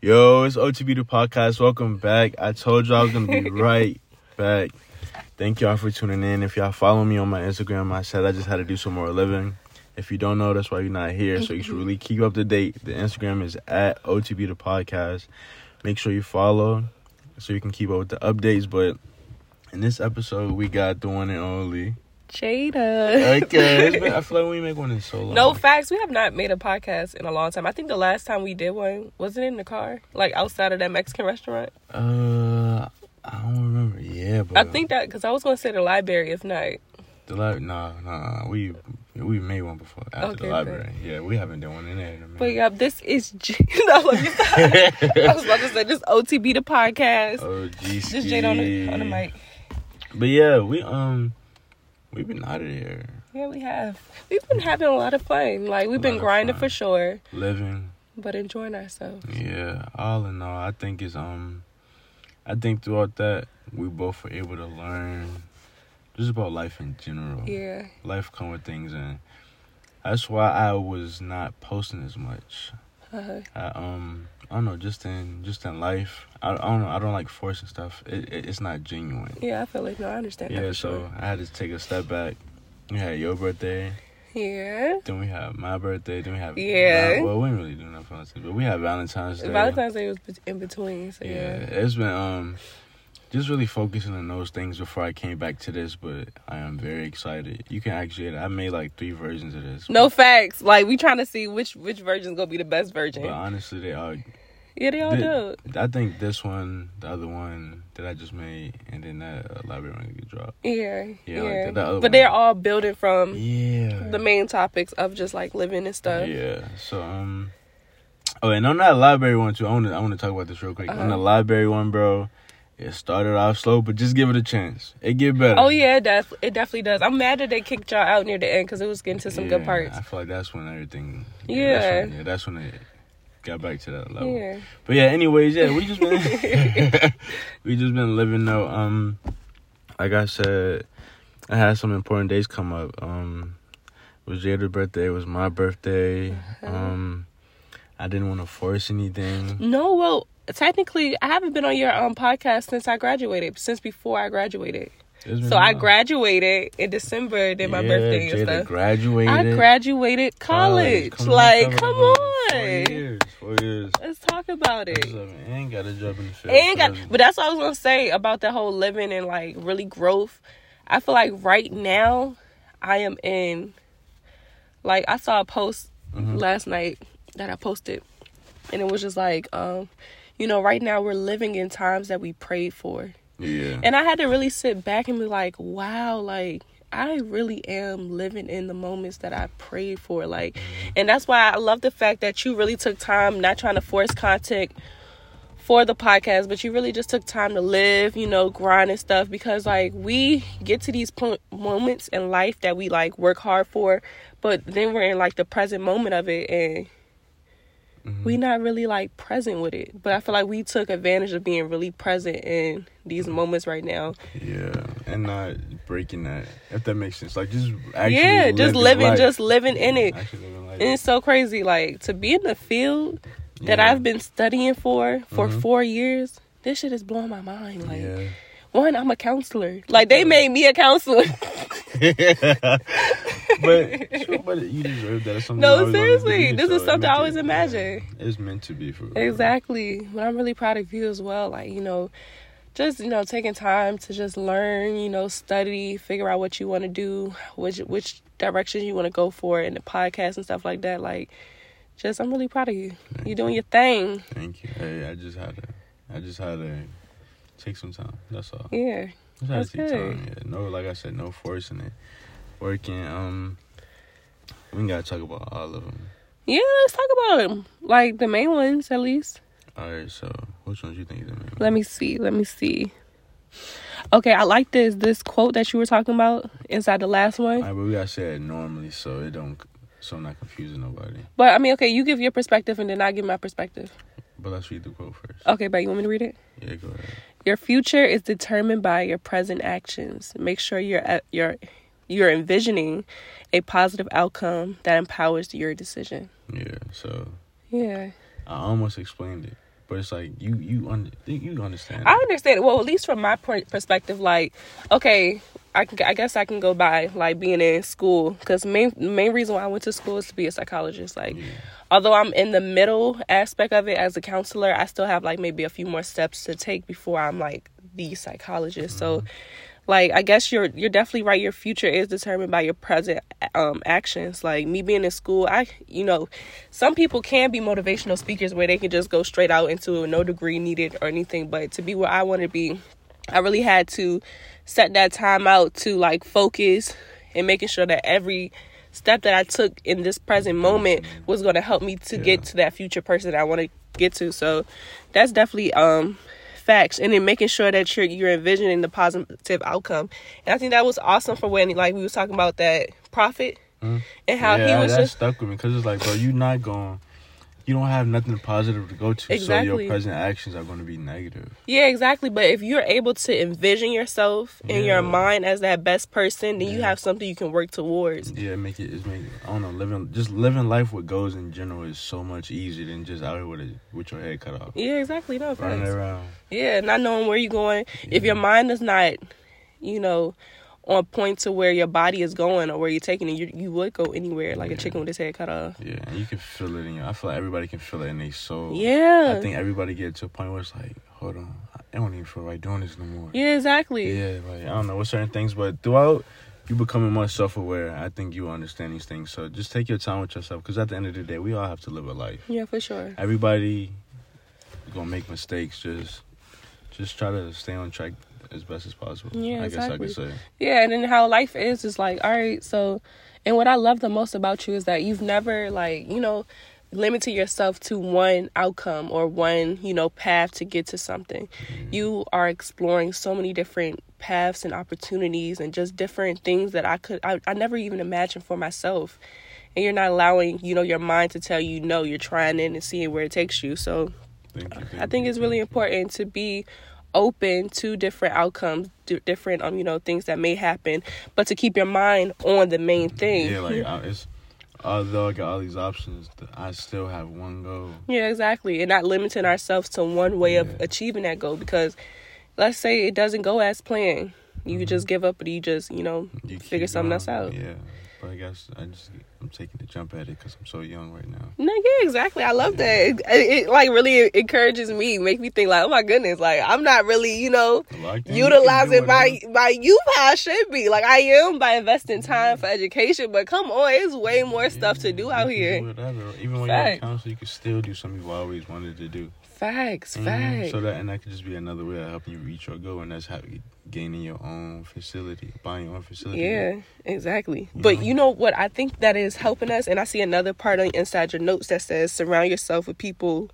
Yo, it's OTB the podcast. Welcome back. I told y'all I was gonna be right back. Thank y'all for tuning in. If y'all follow me on my Instagram, I said I just had to do some more living. If you don't know, that's why you're not here. So you should really keep up to date. The Instagram is at OTB the podcast. Make sure you follow so you can keep up with the updates. But in this episode, we got the one and only. Jada. Okay, it's been, I feel like we ain't make one in so long. No facts. We have not made a podcast in a long time. I think the last time we did one wasn't in the car, like outside of that Mexican restaurant. Uh, I don't remember. Yeah, but I think that because I was gonna say the library, if not. The li- nah, nah, we we made one before after Okay, the library. Yeah, we haven't done one in there in a minute. Wait up, this is. J- no, let me stop. I was about to say this OTB the podcast. Oh, geez. Just Jada on the, on the mic. But yeah, we um, we've been out of there Yeah, we have. We've been having a lot of fun. Like we've Lot been of grinding fun. for sure, living. but enjoying ourselves. Yeah, all in all, I think it's um, I think throughout that we both were able to learn just about life in general. Yeah. Life come with things, and that's why I was not posting as much. Uh-huh. I, um, I don't know, just in just in life, I, I don't know. I don't like forcing stuff. It, it it's not genuine. Yeah, I feel like no, I understand. that Yeah, for so sure. I had to take a step back. We had your birthday, yeah. then we had my birthday, then we had Yeah. Val- well, we didn't really do nothing else, but we had Valentine's Day. Valentine's Day was in between, so yeah. yeah. it's been um, just really focusing on those things before I came back to this. But I am very excited. You can actually, I made like three versions of this. No but, facts. Like we trying to see which which virgin's gonna be the best virgin. but honestly, they are. yeah, they all do. th- I think this one, the other one that I just made, and then that uh, library one get dropped. Yeah, Yeah, yeah. like the- the other but one. they're all building from Yeah. the main topics of just like living and stuff. Yeah. So um. Oh, and on that library one too. I want to I want to talk about this real quick. On the Uh-huh. library one, bro, it started off slow, but just give it a chance. It get better. Oh yeah, it does. It definitely does. I'm mad that they kicked y'all out near the end because it was getting to some Yeah, good parts. I feel like that's when everything. Yeah. That's when, yeah, that's when it got back to that level. Yeah, But yeah, anyways, yeah, we just been we just been living though. Um, like I said, I had some important days come up. Um, it was Jada's birthday. It was my birthday. Uh-huh. Um, I didn't want to force anything. no, well, technically, I haven't been on your um podcast since I graduated, since before I graduated. It's been So I wild. graduated in December, then my Yeah, birthday and Jada stuff. Graduated. I graduated college. Come on, like, fellas, come Four on. years. Four years. Let's talk about it. That's what I mean. And got a job in the field. And got, So but that's what I was gonna say about the whole living and like really growth. I feel like right now, I am in. Like I saw a post Mhm. last night that I posted, and it was just like, um, you know, right now we're living in times that we prayed for, yeah. and I had to really sit back and be like, wow, like. I really am living in the moments that I prayed for. Like, and that's why I love the fact that you really took time, not trying to force contact for the podcast, but you really just took time to live, you know, grind and stuff because like we get to these po- moments in life that we like work hard for, but then we're in like the present moment of it and we not really like present with it. But I feel like we took advantage of being really present in these moments right now. Yeah. And not breaking that, if that makes sense. Like just actually. yeah, just living, life. just living in it. Actually living life. And it's so crazy like to be in the field that Yeah. I've been studying for for Mhm. 4 years. This shit is blowing my mind like yeah. One, I'm a counselor. Like they made me a counselor. but, sure, but you deserve that. It's something No, you always wanted to seriously, do, this is it's something I meant always to- imagined. yeah, It's meant to be for real. exactly. But I'm really proud of you as well. Like, you know, just, you know, taking time to just learn, you know, study, figure out what you want to do, which which direction you want to go for in the podcast and stuff like that. Like just I'm really proud of you. You're doing your thing. Thank you. Hey, I just had to. I just had to take some time. That's all. Yeah. Just had to That's take good. time. Yeah. No, like I said, no forcing it. Working. Um, we gotta talk about all of them. Yeah, let's talk about them. Like the main ones at least. All right. So, which ones you think is the main? Let me see. Let me see. Okay, I like this this quote that you were talking about inside the last one. All right, but we gotta say it normally, so it don't. So I'm not confusing nobody. But I mean, okay, you give your perspective and then I give my perspective. But let's read the quote first. Okay, but you want me to read it? Yeah, go ahead. Your future is determined by your present actions. Make sure you're at your you're envisioning a positive outcome that empowers your decision. Yeah. So Yeah. I almost explained it. But it's like you you un- you understand. I understand. Well, at least from my per- perspective, like, okay, I can, I guess I can go by like being in school because main main reason why I went to school is to be a psychologist. Like, although I'm in the middle aspect of it as a counselor, I still have like maybe a few more steps to take before I'm like the psychologist. So, like, I guess you're you're definitely right. Your future is determined by your present um, actions. Like me being in school, I you know, some people can be motivational speakers where they can just go straight out into no degree needed or anything. But to be where I want to be, I really had to set that time out to like focus and making sure that every step that I took in this present moment was going to help me to Yeah. get to that future person that I want to get to. So that's definitely um facts and then making sure that you're you're envisioning the positive outcome. And I think that was awesome for when like we was talking about that prophet and how Mm-hmm. yeah, he was that just stuck with me because it's like, bro, you not going. You don't have nothing positive to go to, so Exactly. your present actions are going to be negative. Yeah, exactly. But if you're able to envision yourself in Yeah. your mind as that best person, then you Yeah. have something you can work towards. Yeah, make it. It's make. I don't know. Living just living life with goals in general is so much easier than just out here with a, with your head cut off, Yeah, exactly. No running facts. around. Yeah, not knowing where you're going. If your mind is not, you know, on point to where your body is going or where you're taking it, you you would go anywhere like a Yeah. chicken with his head cut off. Yeah, and you can feel it in your. I feel like everybody can feel it in their soul. Yeah. I think everybody gets to a point where it's like, hold on, I don't even feel right doing this no more. yeah, exactly. Yeah, like I don't know what certain things, but throughout you becoming more self-aware, I think you understand these things. So just take your time with yourself, because at the end of the day, we all have to live a life. Yeah, for sure. Everybody gonna make mistakes. Just, just try to stay on track as best as possible. Yeah, I exactly. guess I could say. Yeah, and then how life is is like, all right, so and what I love the most about you is that you've never like, you know, limited yourself to one outcome or one, you know, path to get to something. You are exploring so many different paths and opportunities and just different things that I could I, I never even imagined for myself. And you're not allowing, you know, your mind to tell you no, you're trying it and seeing where it takes you. So Thank you. I thank think you, it's really thank you. important to be open to different outcomes, di- different um you know things that may happen, but to keep your mind on the main thing. Yeah, like I, it's although I got all these options, th- I still have one goal. Yeah, exactly, and not limiting ourselves to one way of Yeah. achieving that goal because let's say it doesn't go as planned, you just give up or you just you know Mm-hmm. You figure keep something going, else out. Yeah, but I guess I just I'm taking the jump at it because I'm so young right now. No, yeah, exactly. I love that. It, it, it, like really encourages me, make me think like, oh my goodness, like I'm not really, you know, Locked in, you can do utilizing my whatever. my youth how I should be. Like I am by investing time for education, but come on, it's way more stuff to Mm-hmm. Yeah, Mm-hmm. you do out can do here. Whatever. Even when you're Facts. in council, you can still do something you always wanted to do. Facts, Mhm. facts. So that and that could just be another way of helping you reach your goal, and that's how you gaining your own facility, buying your own facility. Yeah, exactly. You but know? you know what I think that is helping us, and I see another part on inside your notes that says surround yourself with people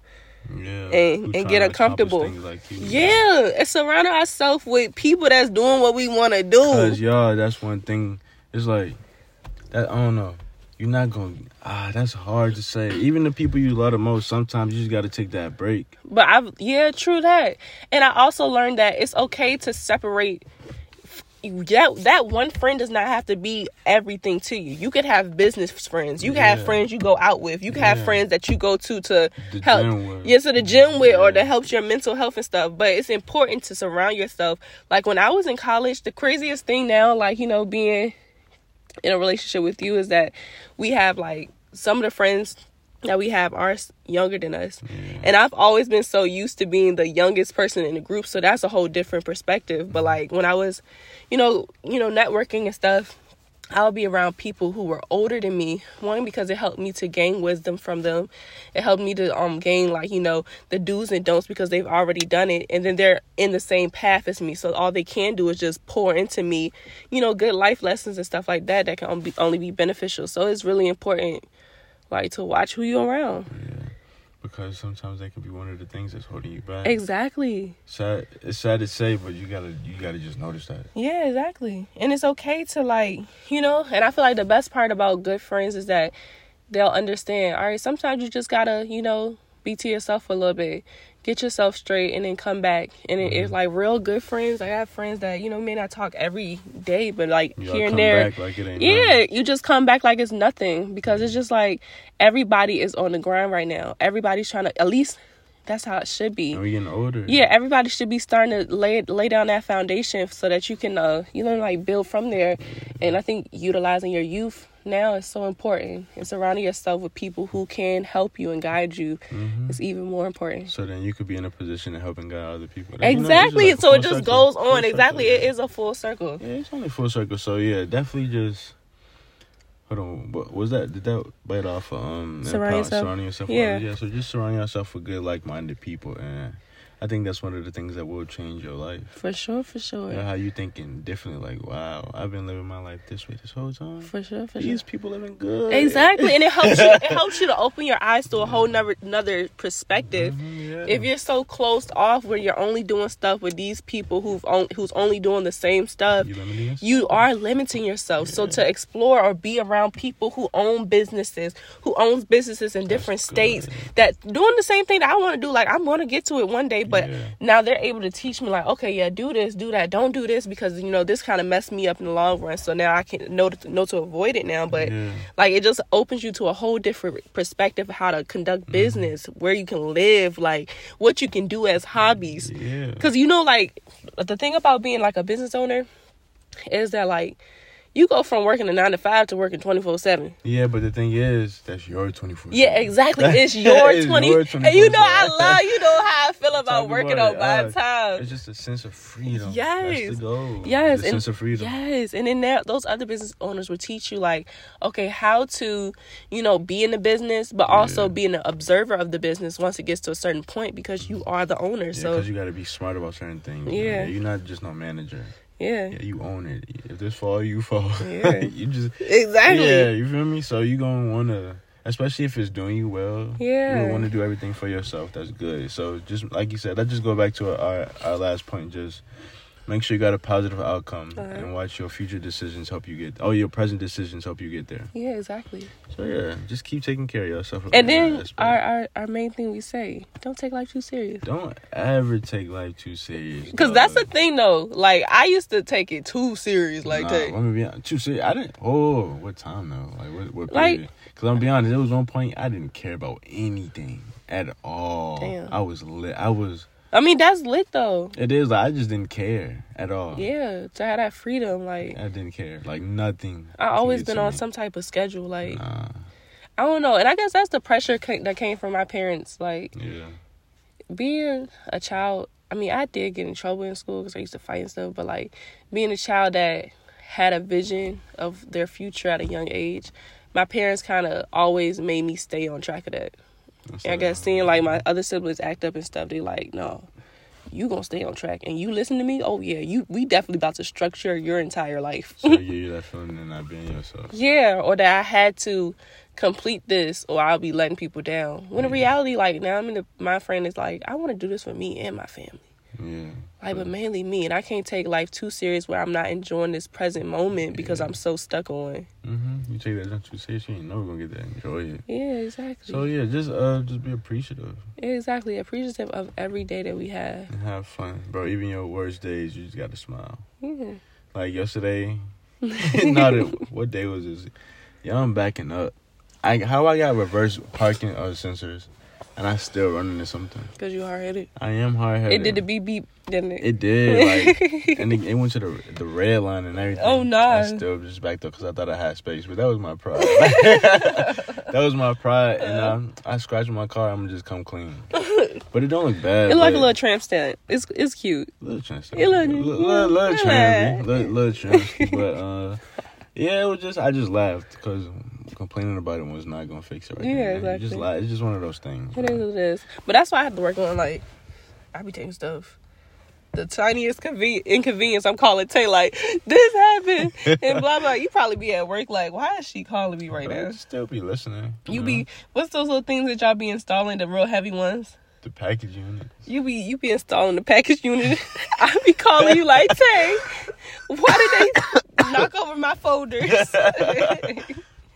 Yeah. And- who and trying get to accomplish uncomfortable. things like you. Yeah, and surrounding ourselves with people that's doing what we want to do. Cause y'all, that's one thing. It's like that. I don't know. You're not gonna. Ah, that's hard to say. Even the people you love the most, sometimes you just gotta take that break. But I've yeah, true that. And I also learned that it's okay to separate. That that one friend does not have to be everything to you. You could have business friends. You can Yeah. have friends you go out with. You can Yeah. have friends that you go to to The help. gym with. Yeah, to the gym with, or Yeah. that helps your mental health and stuff. But it's important to surround yourself. Like when I was in college, the craziest thing now, like you know, being in a relationship with you is that we have like some of the friends that we have are s- younger than us. And I've always been so used to being the youngest person in the group, so that's a whole different perspective. But like when I was, you know, you know, networking and stuff, I'll be around people who were older than me. One because it helped me to gain wisdom from them. It helped me to um gain like, you know, the do's and don'ts because they've already done it and then they're in the same path as me. So all they can do is just pour into me, you know, good life lessons and stuff like that that can only be, only be beneficial. So it's really important like to watch who you're around. Yeah. Because sometimes that can be one of the things that's holding you back. Exactly. Sad. It's sad to say, but you gotta you gotta just notice that. Yeah, exactly. And it's okay to like, you know, and I feel like the best part about good friends is that they'll understand. All right, sometimes you just gotta, you know, be to yourself a little bit, get yourself straight, and then come back. And it, Mm-hmm. it's like real good friends. Like I have friends that you know may not talk every day, but like You Mm-hmm. gotta come here and there. back like it ain't. nothing. Yeah, you just come back like it's nothing because it's just like everybody is on the grind right now. Everybody's trying to at least that's how it should be. And we getting older. Yeah, everybody should be starting to lay lay down that foundation so that you can uh you know like build from there. And I think utilizing your youth now is so important. And surrounding yourself with people who can help you and guide you Mhm. is even more important. So then you could be in a position of helping guide other people. You know, it's Exactly. like a so full it just circle. goes Full on. circle. Exactly. It is a full circle. Yeah, it's only full circle. So yeah, definitely just. Hold on, what was that? Did that bite off? Um, Surround empower- yourself. surrounding yourself. with Yeah. others? yeah. So just surround yourself with good, like-minded people, and I think that's one of the things that will change your life. For sure, for sure. Yeah, how you thinking differently? Like, wow, I've been living my life this way this whole time. For sure, for sure. These people living good. Exactly. And it helps you it helps you to open your eyes to a whole nother another perspective. Mhm, yeah. If you're so closed off where you're only doing stuff with these people who've on, who's only doing the same stuff, you limiting us? you are limiting yourself. So to explore or be around people who own businesses, who owns businesses in different good. states that doing the same thing that I want to do. Like I'm going to get to it one day, but Yeah. now they're able to teach me like, okay, yeah, do this, do that, don't do this because you know this kind of messed me up in the long run. So now I can know to, know to avoid it now, but Yeah. like it just opens you to a whole different perspective of how to Mm-hmm. conduct business, where you can live, like what you can do as hobbies. yeah. Cause you know, like the thing about being like a business owner is that like you go from working a nine to five to working twenty four seven. Yeah, but the thing is, that's your 24. Yeah, exactly. It's your It's twenty. your and you know, I 24/7. love. You know how I feel about Talk working about on it. my Uh, time. It's just a sense of freedom. That's Yes. the goal. Yes, The and- sense of freedom. Yes, and then there, those other business owners will teach you like, okay, how to, you know, be in the business, but also Yeah. being an observer of the business once it gets to a certain point because you are the owner. Yeah, so because you got to be smart about certain things. Yeah. You're not just no manager. yeah, Yeah, you own it. If this fall, you fall. Yeah. you just. exactly. Yeah, you feel me? So you going to want to. Especially if it's doing you well, Yeah. you want to do everything for yourself. That's good. So just like you said, let's just go back to our our last point. Just make sure you got a positive outcome, Uh-huh. and watch your future decisions help you get. Oh, your present decisions help you get there. yeah exactly. So yeah, just keep taking care of yourself. And then That's our, big. our our main thing we say, don't take life too serious. don't ever take life too serious. Cause dog. that's the thing though. Like I used to take it too serious. Like Nah, that. Let me be honest. Too serious. I didn't. Oh, what time though? Like what? What Like- period? Cause I'm gonna be honest. There was one point I didn't care about anything at all. Damn. I was lit. I was. I mean that's lit though. It is. Like, I just didn't care at all. Yeah, to have that freedom. Like I didn't care. Like nothing. I can always get to been on me. some type of schedule. Like Nah. I don't know, and I guess that's the pressure ca- that came from my parents. Like Yeah. being a child. I mean, I did get in trouble in school because I used to fight and stuff. But like being a child that had a vision of their future at a young age, my parents kind of always made me stay on track of that. That's And I it. guess seeing like my other siblings act up and stuff, they like, no, you gonna stay on track and you listen to me. Oh yeah, you we definitely about to structure your entire life. So yeah, you that feeling and not being yourself. yeah, or that I had to complete this or I'll be letting people down. When in Yeah. reality, like now I'm in the my friend is like, I want to do this for me and my family. Yeah. Like, Mm-hmm. but mainly me, and I can't take life too serious where I'm not enjoying this present moment because Yeah. I'm so stuck on. Mm-hmm. You take that jump too serious, you ain't never gonna get that. Enjoy it. Yeah, exactly. So yeah, just uh, just be appreciative exactly. Appreciative of every day that we have. and have fun, bro. Even your worst days, you just gotta smile. Yeah. Like yesterday, not that what day was this? Yeah, I'm backing up. I how I got reverse parking uh, sensors, and I still running into something. Cause you hard headed. I am hard headed. It did the beep beep, didn't it? It did, like, and it, it went to the the red line and everything. Oh, nah. I still just backed up because I thought I had space, but that was my pride. that was my pride, and Uh. um, I scratched my car. I'm gonna just come clean, but it don't look bad. It like a but- little tramp stamp. It's it's cute. little chance. It look- little, little yeah. chance, little, little chance. But uh, yeah, it was just I just laughed because complaining about it was not gonna fix it. Right Yeah, there. You exactly. Just laugh. It's just one of those things. It is what it is. But that's why I have to work on like I be taking stuff. The tiniest conven- inconvenience I'm calling Tay like this happened and blah blah. You probably be at work like why is she calling me right eh? But I now? still be listening. You know, be what's those little things that y'all be installing the real heavy ones? the package unit. You be you be installing the package unit. I be calling you like Tay. Why did they knock over my folders?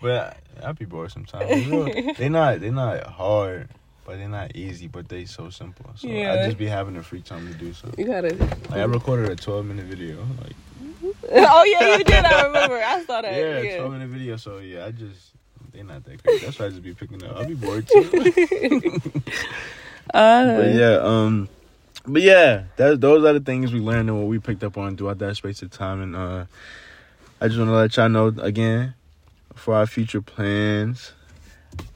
But I, I be bored sometimes. You know, they not they not hard, but they not easy. But they so simple. So Yeah. I just be having the free time to do so. you gotta Like I recorded a twelve minute video. Like oh yeah, you did. I remember. I saw that. yeah, Yeah. twelve minute video. So yeah, I just they not that great. That's why I just be picking up. I'll be bored too. Uh, But yeah, um, but yeah, that those are the things we learned and what we picked up on throughout that space of time. And uh, I just want to let y'all know again for our future plans.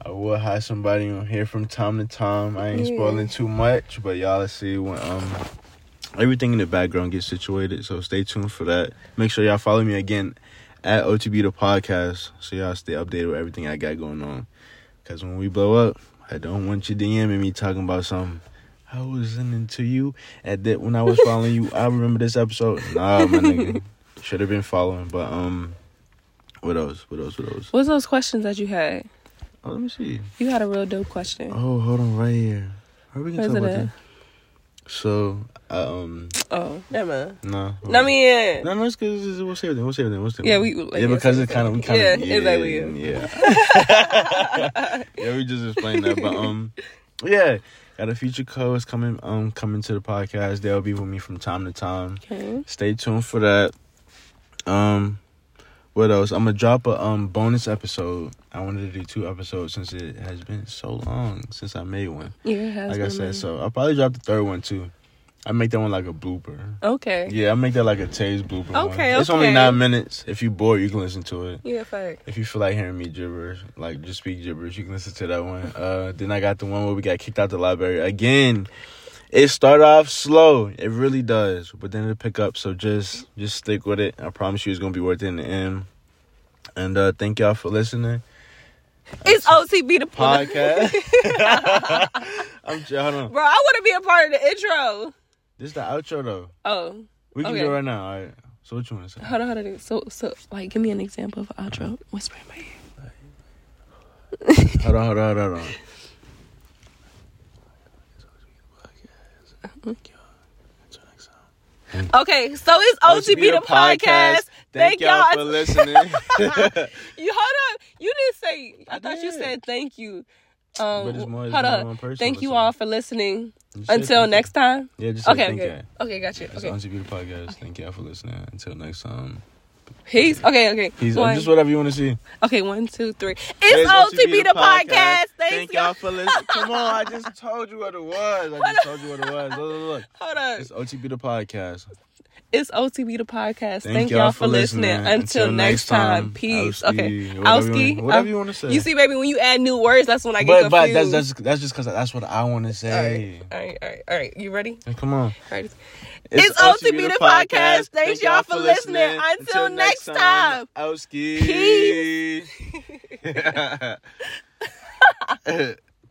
I will have somebody on here from time to time. I ain't Yeah. spoiling too much, but y'all let's see when um everything in the background gets situated. So stay tuned for that. Make sure y'all follow me again at OTB the podcast, so y'all stay updated with everything I got going on. Cause when we blow up, I don't want you DMing me talking about something. I was listening to you at that when I was following you. I remember this episode. Nah, my nigga, should have been following. But um, what else? What else? What else? What's those questions that you had? Oh, let me see. You had a real dope question. Oh, hold on, right here. Are we gonna Where's talk it about at? that? So, um, Oh, never. no. No, I mean, No, no, it's because we'll save them. We'll save them. We'll save Yeah, them. we- like, yeah, yeah, because save it's kind of we them. kind of Yeah, exactly, yeah. yeah, we just explained that, but um, yeah, got a future co is coming um coming to the podcast. They'll be with me from time to time. okay. Stay tuned for that. Um, what else? I'm gonna drop a um bonus episode. I wanted to do two episodes since it has been so long since I made one. Yeah, it has like I been said, mine. so I'll probably drop the third one too. I make that one like a blooper. Okay. Yeah, I make that like a taste blooper. one. Okay, It's only okay. nine minutes. If you bored, you can listen to it. Yeah, fact. If you feel like hearing me gibberish, like just speak gibberish, you can listen to that one. Uh, then I got the one where we got kicked out the library again. It start off slow, it really does, but then it'll pick up. So just just stick with it. I promise you, it's gonna be worth it in the end. And uh, thank y'all for listening. It's OCB the pod. Podcast. I'm hold on. Bro, I want to be a part of the intro. This is the outro though. Oh, We can Okay. do it right now. All right. So what you want to say? hold on, hold on. So, so, like, give me an example of an outro. Whisper in my ear. Hold on, hold on, hold on, hold on. Okay, so it's OTB the, podcast. Thank, y'all. for listening. You hold up. You didn't say. I, I thought you did. said thank you. Um, But it's more- it's hold more up. one person Thank you listening. all for listening. You said Until thank next time. you. Yeah, just Okay, okay, thank okay, you. okay, gotcha. It's Okay, okay. the podcast. Thank y'all for listening. Until next time. peace. Okay, okay. Peace. One- Just whatever you want to see. okay, one, two, three. It's, It's OTB the podcast. Thanks, Thank y'all for listening. Come on, I just told you what it was. I just told you what it was. Look, look, look. Hold up. It's OTB the podcast. It's OTB the podcast. Thank Thank, y'all, y'all for for listening. listening. Until, Until next next time, time, peace. Owski, whatever Okay, you Owski, wanna- whatever uh, you wanna say. You see, baby, when you add new words, that's when I get But confused. but that's that's that's just because that's what I want to all right, say. all right, all right, all right. You ready? Come on. All right. It's OTB the podcast. Thanks y'all for listening. Until next time. Owski. Peace.